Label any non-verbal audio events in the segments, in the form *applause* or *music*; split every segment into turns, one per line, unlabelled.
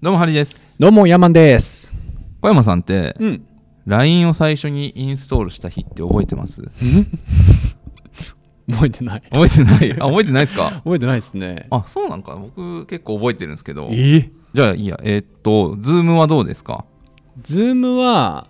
どうもハリです
どうも、ヤマンです。
小山さんって
うん。 *laughs*
LINE を最初にインストールした日って覚えてます
覚えてない。
覚えてない *laughs* あ覚えてないですか
覚えてないですね。
あそうなんか僕結構覚えてるんですけど
え
じゃあいいやえーっとズームはどうですか
ズームは、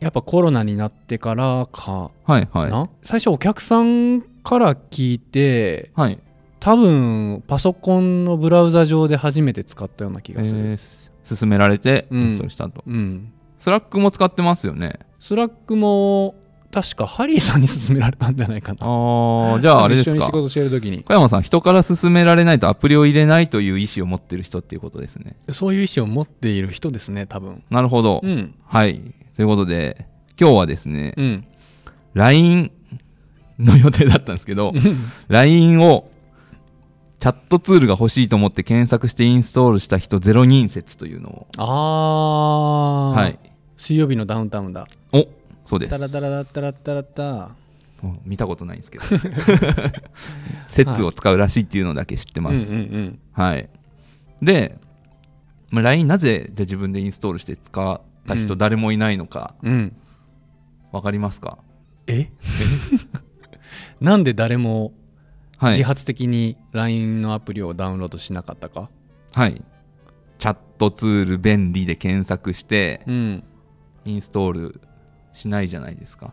やっぱコロナになってからか
はいはい
な、最初お客さんから聞いて、
はい
多分パソコンのブラウザ上で初めて使ったような気
え
がする。
ーす勧められてイ
うん
ンストールしたと、
うん。
スラックも使ってますよね
スラックも、確かハリーさんに勧められたんじゃないかな。
ああじゃああれです
一緒に
か
仕事してる時に。
小山さん人から勧められないとアプリを入れないという意思を持ってる人っていうことですね
そういう意思を持っている人ですね、多分。
なるほど、
うん。
はいということで今日はですね、
*laughs* うん。
LINE の予定だったんですけど LINE をチャットツールが欲しいと思って検索してインストールした人0人説というのを
あー。
はい
水曜日のダウンタウンだ。
おそうです
タラタララタラタラタ。
もう見たことないん
*laughs*
ですけど説を使うらしいっていうのだけ知ってます、
うんうんうん
はい。で、まあ、LINE なぜじゃあ自分でインストールして使った人
うん
誰もいないのか
うん。
分かりますか、
え *laughs* なんで誰も
は
自
い、
発的に LINE のアプリをダウンロードしなかったか、
はい。チャットツール便利で検索して
うん。
インストールしないじゃないですか。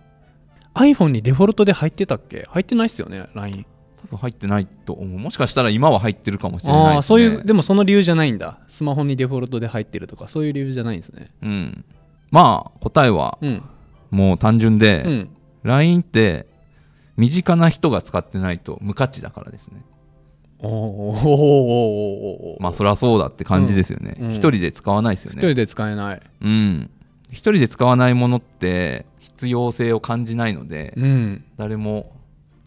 iPhone にデフォルトで入ってたっけ入ってないっすよね、LINE。
多分入ってないと思う。もしかしたら今は入ってるかもしれないです、ね。
ああ、そういう、でもその理由じゃないんだ。スマホにデフォルトで入ってるとか、そういう理由じゃないんですね。
うん。まあ、答えは
うん。
もう単純で、
うん。
LINE って身近な人が使ってないと無価値だからですね。
おーおーおーおーおー
まあ、そりゃそうだって感じですよね。一、
うんうん
人で使わないですよ
一
ね。
人で使えない。
うん、一人で使わないものって必要性を感じないので、
うん。
誰も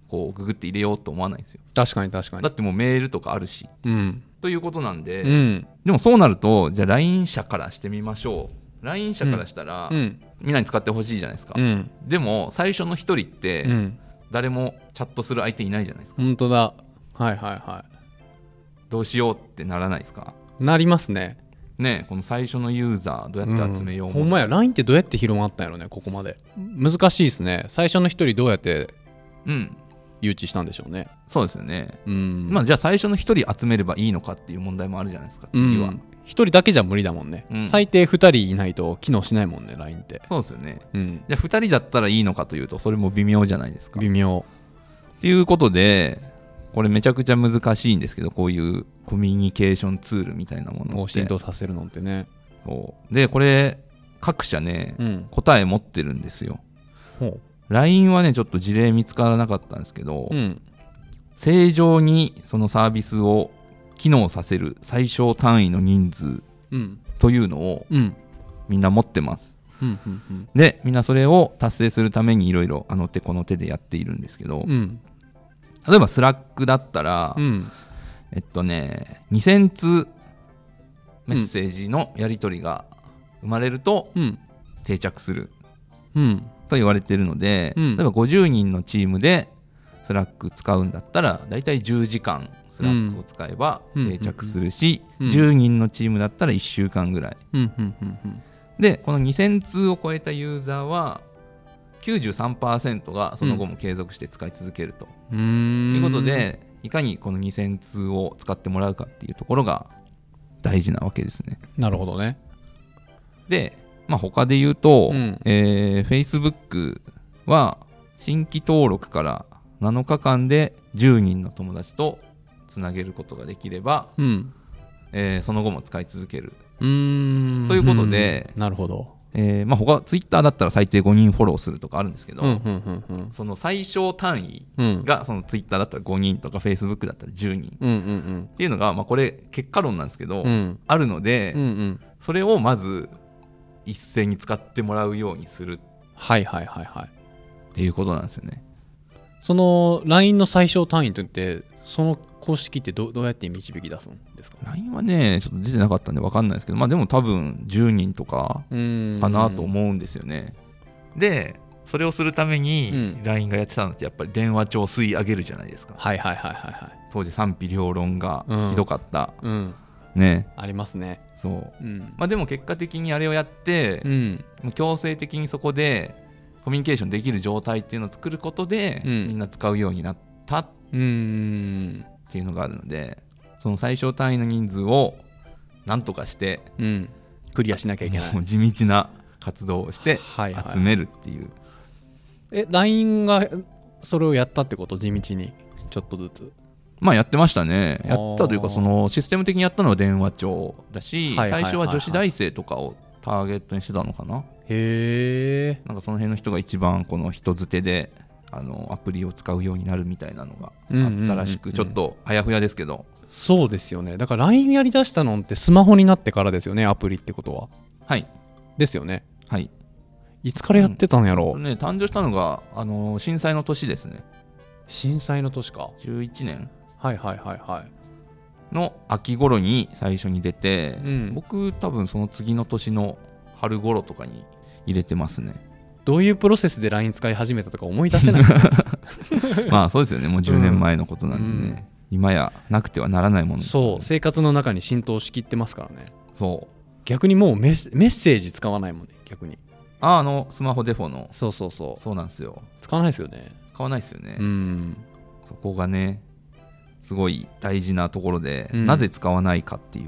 こうググって入れようと思わないんですよ
確かに確かに
だ。ってもうメールとかあるし
うん。
ということなんで、
うん。
でもそうなるとじゃあ LINE 社からしてみましょう LINE 社からしたら、
うん。
みんなに使ってほしいじゃないですか、
うん。
でも最初の一人っ
う
て
ん。
誰もチャットする相手いないじゃないですか
本当だ。はいはいは
どうしようってならないですか
い。なりますね。
ねえこの最初のユーザーどうやって集めようも
ん、ほんまや LINE ってどうやって広まったんやろねここまで難しいですね最初の一人どうやって
うん
誘致したんでしょうね
そうですよね
うん
まあ、じゃあ最初の一人集めればいいのかっていう問題もあるじゃないですか次は、
うん一人だけじゃ無理だもんね、
うん
最低二人いないと機能しないもんね LINE って
そうですよね
うん
じゃあ2人だったらいいのかというとそれも微妙じゃないですか
微妙
っていうことでこれめちゃくちゃ難しいんですけどこういうコミュニケーションツールみたいなもの
を
っ
浸
て
透させるのってね
そうでこれ各社ね、
うん
答え持ってるんですよ
ほ
LINE はねちょっと事例見つからなかったんですけど、
うん
正常にそのサービスを機能させる最小単位の人数
うん
というのを
うん
みんな持ってます
うんうんうん
でみんなそれを達成するためにいろいろあの手この手でやっているんですけど、
うん
例えばスラックだったら、
うん
えっとね2000通メッセージのやり取りが生まれると
うん
定着する
うん
と言われてるので、
うん
例えば50人のチームでスラック使うんだったらだいたい10時間スラックを使えば
うん
定着するし、
うん
10人のチームだったら1週間ぐらい
うんうんうんうん
でこの2000通を超えたユーザーは93%がその後も継続して使い続けると、
うー
とい
ん
うことでいかにこの2000通を使ってもらうかっていうところが大事なわけですね
なるほどね
で、まあ、他で言うと、
うん
えー Facebook は新規登録から7日間で10人の友達とつなげることができれば、
うん
えーその後も使い続ける、
うーん
ということで
うんなるほど
えーまあ、他 Twitter だったら最低5人フォローするとかあるんですけど、
うんうんうんうん
その最小単位
うん
がその Twitter だったら5人とか Facebook だったら10人っ
うんうん
ていうのが、まあ、これ結果論なんですけど、
うんうん
あるので、
うんうん
それをまず一斉に使ってもらうようにする
はいはいはいはい
っていうことなんですよね。
その LINE の最小単位といってその公式ってどどうやって導き出すんですか
LINE はね、ちょっと出てなかったんで分かんないですけど、まあでも多分10人とかか
か
なと思うんですよね。で、それをするため
う
に
ん
LINE がやってたのってやっぱり電話帳を吸い上げるじゃないですか。
はいはいはいはいはい
当時賛否両論がひどかった
うん
ね
ありますね。
そう
うん。
まあでも結果的にあれをやって、
うん。
もう強制的にそこでコミュニケーションできる状態っていうのを作ることで、
うん
みんな使うようになったっ
うん。
ていうのがあるのでその最小単位の人数をなんとかして
うん。クリアしなきゃいけない
も。う地道な活動をして
はいはい
集めるっていう、
え、LINE がそれをやったってこと地道に。ちょっとずつ。
まあやってましたねやったという
あー
かそのシステム的にやったのは電話帳だし
はいはいはい
最
はい
初は女子大生とかをターゲットにしてたのかな
へえ。
なんかその辺の人が一番この人づてであのアプリを使うようになるみたいなのが
うんうんうんう
あ
ん
ったらしくちょっとあやふやですけど
そうですよね。だから LINE やりだしたのってスマホになってからですよね、アプリってことは。
はい
ですよね。
はい
いつからやってたんやろ
これね誕生したのがあの震災の年ですね
震災の年か。
11年
はいはいはいはい。
の秋頃に最初に出て、
うん
僕多分その次の年の春頃とかに入れてますね
どういうプロセスで LINE 使い始めたとか思い出せない。 *laughs*
まあそうですよねもう10年前のことなんでね、
うん
今やなくてはならないもの
そう、生活の中に浸透しきってますからね。
そう
逆にもうメッセメッセージ使わないもんね、逆に。
ああのスマホデフォの
そうそうそう。
そうなんですよ
使わないですよね。
買わないですよね、
うん。
そこがねすごい大事なところで、
うん
なぜ使わないかっていう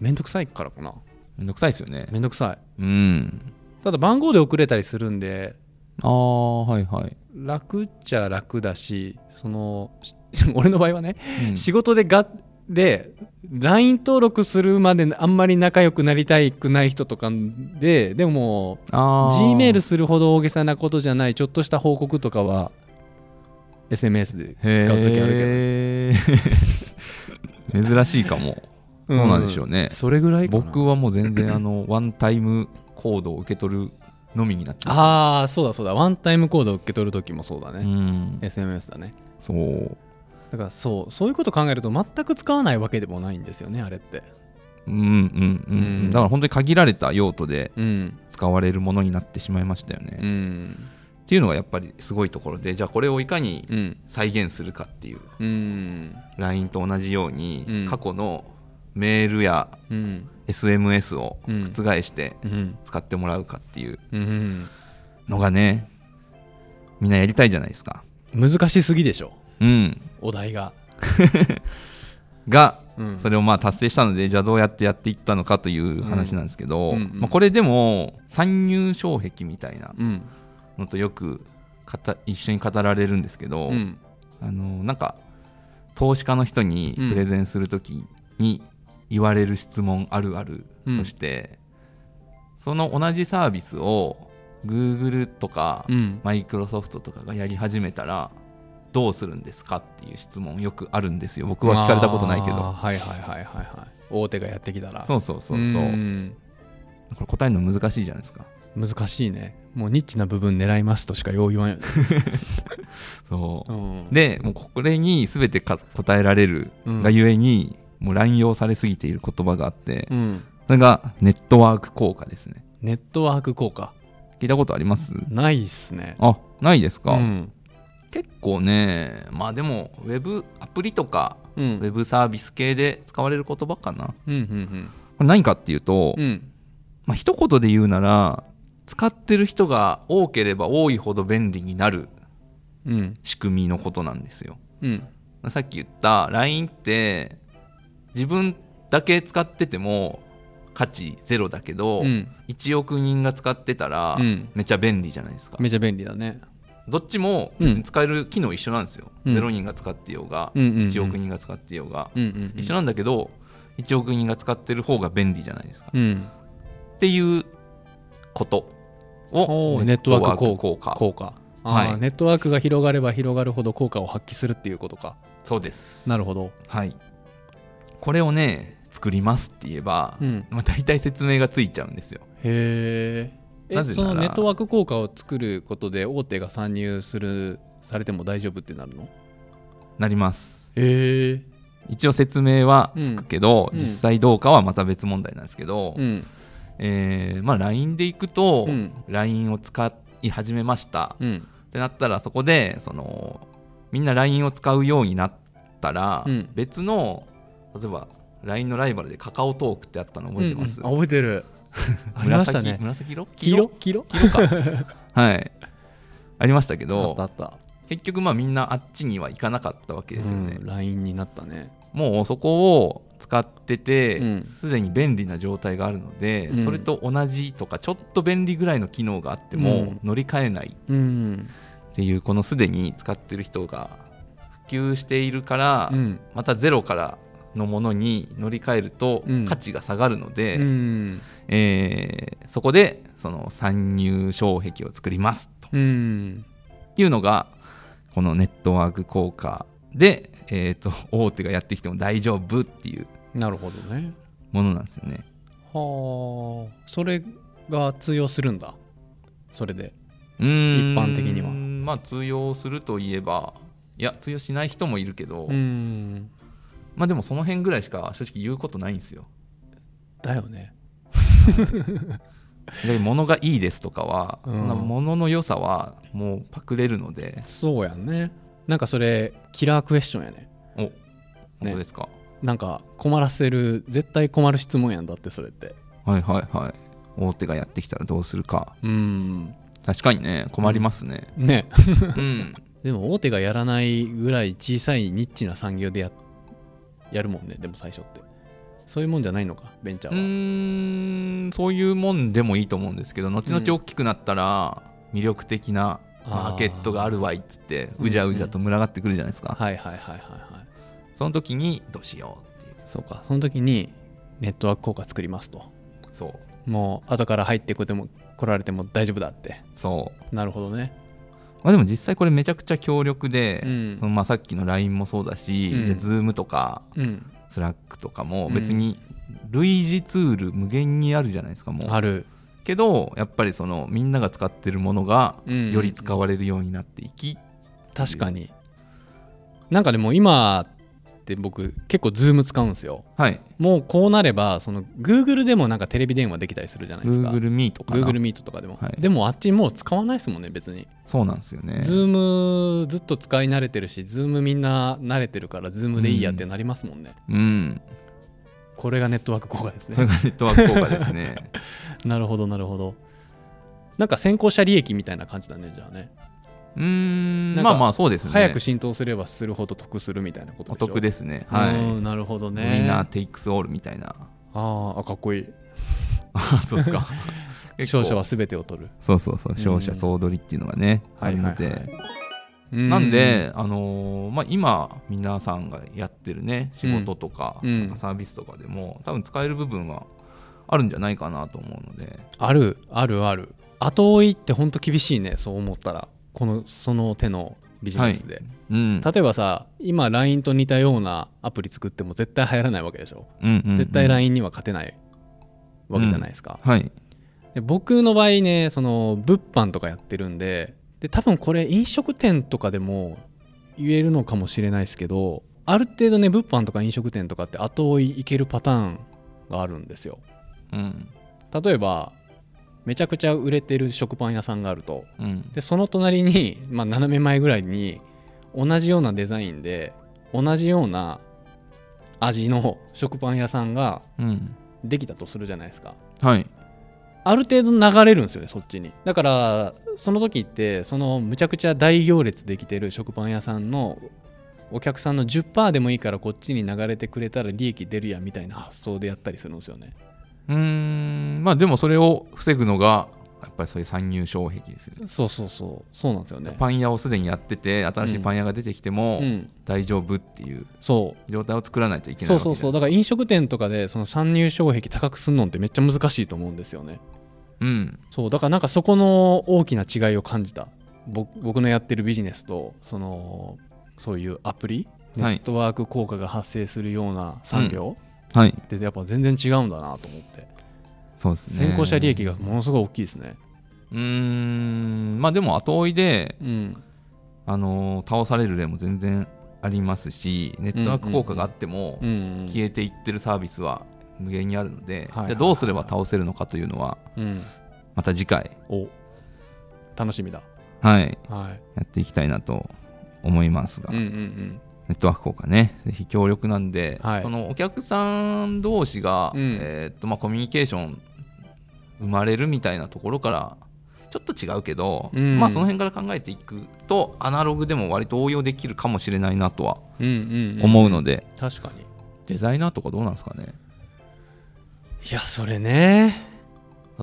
めんどくさいからかな。
めんどくさいですよね
めんどくさい。
うん
ただ番号で送れたりするんで、
ああはいはい、
楽っちゃ楽だし、その、 *laughs* し俺の場合はね、
うん
仕事でがで LINE 登録するまであんまり仲良くなりたくない人とかででも
あー
G メールするほど大げさなことじゃないちょっとした報告とかは SMS で使う時あるけ
へえ *laughs* 珍しいかも、
ど
そうなんでしょうね
んそれぐらいかな
僕はもう全然あの *laughs* ワンタイムコードを受け取るのみになってます
ああそうだそうだワンタイムコードを受け取る時もそうだ
う
ね、
ん
SMS だね
そう
だからそうそういうこと考えると全く使わないわけでもないんですよねあれって
うんうんうん、
うん
だから本当に限られた用途で
うん
使われるものになってしまいましたよね、
う
っ
ん
ていうのがやっぱりすごいところでじゃあこれをいかに
うん
再現するかっていう
うん
LINE と同じように、
うん
過去のメールや
うん
SMS を覆して
うん
使ってもらうかっていう
うん
のがねみんなやりたいじゃないですか
難しすぎでしょ
うん
お題が、
が
うん
それをまあ達成したのでじゃあどうやってやっていったのかという話なんですけど、
うんうんうん
まあ、これでも参入障壁みたいな
うん
のとよくかた一緒に語られるんですけど、
うん
あのなんか投資家の人にプレゼンするときに言われる質問あるあるとして、その同じサービスを Google とか
うん
マイクロソフトとかがやり始めたらどうするんですかっていう質問よくあるんですよ僕は聞かれたことないけ
あー
ど
はいはいはいはいはい大手がやってきたら
そうそうそうそう
うん
これ答えるの難しいじゃないですか
難しいねもうニッチな部分狙いますとしかよう言わんよね、
そう、
ん
でもうこれに全てか答えられる
うん
がゆえに、もう乱用されすぎている言葉があって、
うん、
それがネットワーク効果ですね
ネットワーク効果
聞いたことあります
ないっすね
あないですか、
うん
結構ねまあでもウェブアプリとか
う
ウ
ん
ェブサービス系で使われる言葉かな
うんうん
何かっていうと、
うんうん
まあ一言で言うなら使ってる人が多ければ多いほど便利になる
うん
仕組みのことなんですよ
うん
さっき言った LINE って自分だけ使ってても価値ゼロだけど、
うん
1億人が使ってたら
うん
めっちゃ便利じゃないですか、
めちゃ便利だね
どっちも別に使える機能一緒なんですよ、
うん
0人が使ってようが、
うんうんうん
1億人が使ってようが、
うんうんうん
一緒なんだけど1億人が使ってる方が便利じゃないですか、
うん
っていうこと
お
を
ーネットワーク
ネ
効
ッ
果
トワーク効果
効果あー
はい
ネットワークが広がれば広がるほど効果を発揮するっていうことか
そうです
なるほど
はいこれをね作りますって言えば、
うん
まあ、大体説明がついちゃうんですよ
へえ。え
なぜなら
そのネットワーク効果を作ることで大手が参入するされても大丈夫ってなるの
なります
へえ。
一応説明はつくけど、
うん
実際どうかはまた別問題なんですけど、
うん。
えーまあ LINE で行くと、
うん
LINE を使い始めました、
うん。
ってなったらそこでそのみんな LINE を使うようになったら、
うん
別の例えば LINE のライバルでカカオトークってあったの覚えてます、
うんうんあ覚えてるありました
紫
ね
紫色
黄色黄色
黄色
*laughs*
かはいありましたけ
あったあ
ど
った
結局まあみんなあっちには行かなかったわけですよね、
うん、LINE になったね
もうそこを使って
うん
てすで、に便利な状態があるので、
うん
それと同じとかちょっと便利ぐらいの機能があっても、
うん
乗り換えない
うん
っていうこのすでに使ってる人が普及しているから、
うん
またゼロからのものに乗り換えると
うん
価値が下がるので、
うん
えーそこでその参入障壁を作りますと
うん
いうのがこのネットワーク効果で、えー、と *laughs* 大手がやってきても大丈夫っていう
なるほどね
ものなんですよね。
はあそれが通用するんだそれで
うーん
一般的には
まあ通用するといえばいや通用しない人もいるけど、
うん
まあでもその辺ぐらいしか正直言うことないんですよ。
だよね
で物がいいですとかは、
うん
そんな物の良さはもうパクれるので
そうやねなんかそれキラークエスチョンやね
お本当ですか、
なんか困らせる絶対困る質問やんだってそれって
はいはいはい大手がやってきたらどうするか
うん
確かにね困りますね
ね
うん
*laughs* でも大手がやらないぐらい小さいニッチな産業でややるもんねでも最初ってそういうもんじゃないのかベンチャ
う
ーは
ーんそういうもんでもいいと思うんですけど後々大きくなったら魅力的なマーケットがあるわいっつって
うん
うじゃうじゃと群がってくるじゃないですか、
はいはいはいはいはい
その時にどうしようっていう
そうかその時にネットワーク効果作りますと
そう
もう後から入ってくても来られても大丈夫だって
そう
なるほどね
まあでも実際これめちゃくちゃ強力で、
うん
そのまあさっきの LINE もそうだし、
うん
で Zoom とか
うん
スラックとかも
うん
別に類似ツール無限にあるじゃないですかもう
ある
けどやっぱりそのみんなが使ってるものが
うん
より使われるようになっていき、
確かになんかでも今って僕結構ズーム使うんですよ
はい
もうこうなればその Google でもなんかテレビ電話できたりするじゃないですか
Google Meet かな
Google Meet とかでも、
はい
でもあっちもう使わないですもんね別に、
そうなんですよね
Zoom ずっと使い慣れてるし Zoom みんな慣れてるから Zoom でいいやってなりますもんね、
うん
これがネットワーク効果です
それ
ね
がネットワーク効果ですね
*laughs* なるほどなるほどなんか先行者利益みたいな感じだねじゃあね
うーん
なん
ま
か
あまあそうですね
早く浸透すればするほど得するみたいなこと
お
でしょ
得ですねはい
うんなるほどね
ウィナーテイクスオールみたいな *laughs*
あーあかっこいい
あそうですか結構
*laughs* 勝者は全てを取る
そうそうそう勝者
うん
総取りっていうのがね、
は
あ
い
る
はい
の
はい
で、
う
なんで、あのーまあ、今皆さんがやってるね仕事とか,、
うん
なんかサービスとかでも多分使える部分はあるんじゃないかなと思うので
あるあるある後追いってほんと厳しいねそう思ったらこのその手のビジネスで、
うん、
例えばさ今 LINE と似たようなアプリ作っても絶対流行らないわけでしょ、
うんうんうん
絶対 LINE には勝てないわけじゃないですか、
はい
で僕の場合ねその物販とかやってるんでで多分これ飲食店とかでも言えるのかもしれないですけどある程度ね物販とか飲食店とかって後追いいけるパターンがあるんですよ
うん
例えばめちゃくちゃ売れてる食パン屋さんがあると
うん
でその隣に、まあ、斜め前ぐらいに同じようなデザインで同じような味の食パン屋さんが
うん
できたとするじゃないですか
はい
ある程度流れるんですよねそっちにだからその時ってそのむちゃくちゃ大行列できてる食パン屋さんのお客さんの10%でもいいからこっちに流れてくれたら利益出るやんみたいな発想でやったりするんですよね
うーんまあでもそれを防ぐのがやっぱりそういう参入障壁ですよね
そうそうそうそうなんですよね
パン屋をすでにやってて新しいパン屋が出てきても
うん
大丈夫っていう
そう
状態を作らないといけない
そ
わけ
う
じ
そ
ゃ
うそう
ない
だから飲食店とかでその参入障壁高くすんのってめっちゃ難しいと思うんですよね
うん
そうだからなんかそこの大きな違いを感じた僕僕のやってるビジネスとそのそういうアプリネ
はい
ットワーク効果が発生するような産業
はい
ってやっぱ全然違うんだなと思って、
そうですね
先行者利益がものすごい大きいですね
うーんまあでも後追いで
うん
あのー倒される例も全然ありますしネットワーク効果があっても
うんうん
消えていってるサービスは無限にあるので
はいはいはい
じゃあどうすれば倒せるのかというのは
うん
また次回、
お楽しみだ
はい、
はい
やっていきたいなと思いますが、
うんうんうん
ネットワーク効果ねぜひ強力なんで、
はい
そのお客さん同士が、
うん
えーっとまあ、コミュニケーション生まれるみたいなところからちょっと違うけど、
うん
まあ、その辺から考えていくとアナログでも割と応用できるかもしれないなとは
うんうん、うん、
思うので、
確かに
デザイナーとかどうなんですかね
いやそれね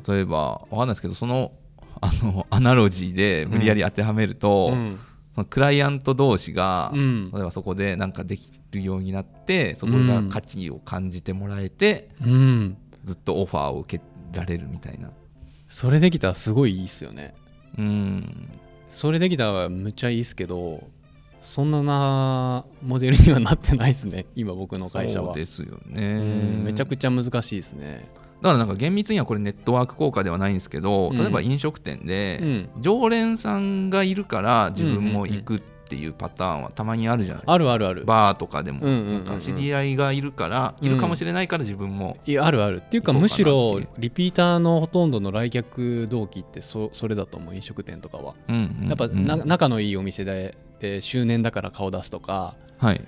例えばわかんないですけどそのあのアナロジーで無理やり当てはめると、
うん
そのクライアント同士が、
うん
例えばそこでなんかできるようになってそこが価値を感じてもらえて、
うん
ずっとオファーを受けられるみたいな
それできたらすごいいいっすよね
うん
それできたらむっちゃいいっすけどそんななモデルにはなってないっすね今僕の会社
そ
は
うですよね
うんめちゃく
ちゃ
ちゃ難しいですね
だからなんか厳密にはこれネットワーク効果ではないんですけど、
うん
例えば飲食店で、
うん
常連さんがいるから自分も行くっていうパターンはたまにあるじゃないですか、
あるあるある
バーとかでも、
うんうんうんうん
なんか知り合いがいるから、いるかもしれないから自分も
いやあるあるっていうか
行こうかな
むしろ
っていう
リピーターのほとんどの来客動機ってそそれだと思う飲食店とかは
うんうんうん
やっぱな仲のいいお店でで周年だから顔出すとか
はい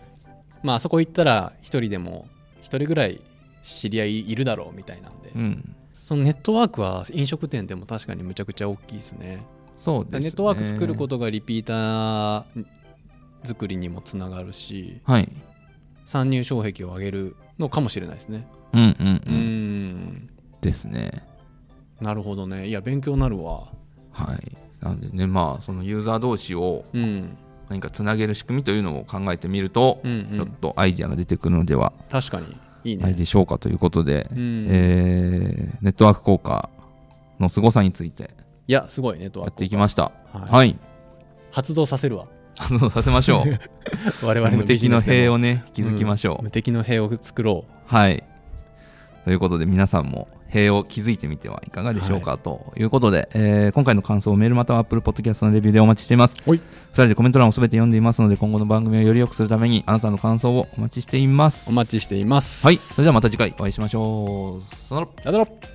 まああそこ行ったら一人でも一人ぐらい知り合いいるだろうみたいなんで
うん
そのネットワークは飲食店でも確かにむちゃくちゃ大きいですね
そうですね
ネットワーク作ることがリピーター作りにもつながるし
はい
参入障壁を上げるのかもしれないですね
うんうん
う
うんんですね
なるほどねいや勉強になるわ
はいなんでねまあそのユーザー同士を
うん
何かつなげる仕組みというのを考えてみると、
うんう
ちょっ
ん
とアイディアが出てくるのでは
確かにいい
ない
ね
でしょうかということで、
うん
えーネットワーク効果の凄さについて
いやすごいネット
や
ワー
っ
ク
ていきました
はい
はい、
発動させるわ
反応させましょう
*laughs* 我々の
無敵の
ビジネスで
塀
も
をね築きましょう、
無敵の塀を作ろう
はい。ということで皆さんも塀を築いてみてはいかがでしょうか、ということで、えー今回の感想をメールまたは Apple Podcast のレビューでお待ちしています。
はい
2人でコメント欄をすべて読んでいますので今後の番組をより良くするためにあなたの感想をお待ちしています。
お待ちしています
はい。それではまた次回お会いしましょう。さよなら。
やだろ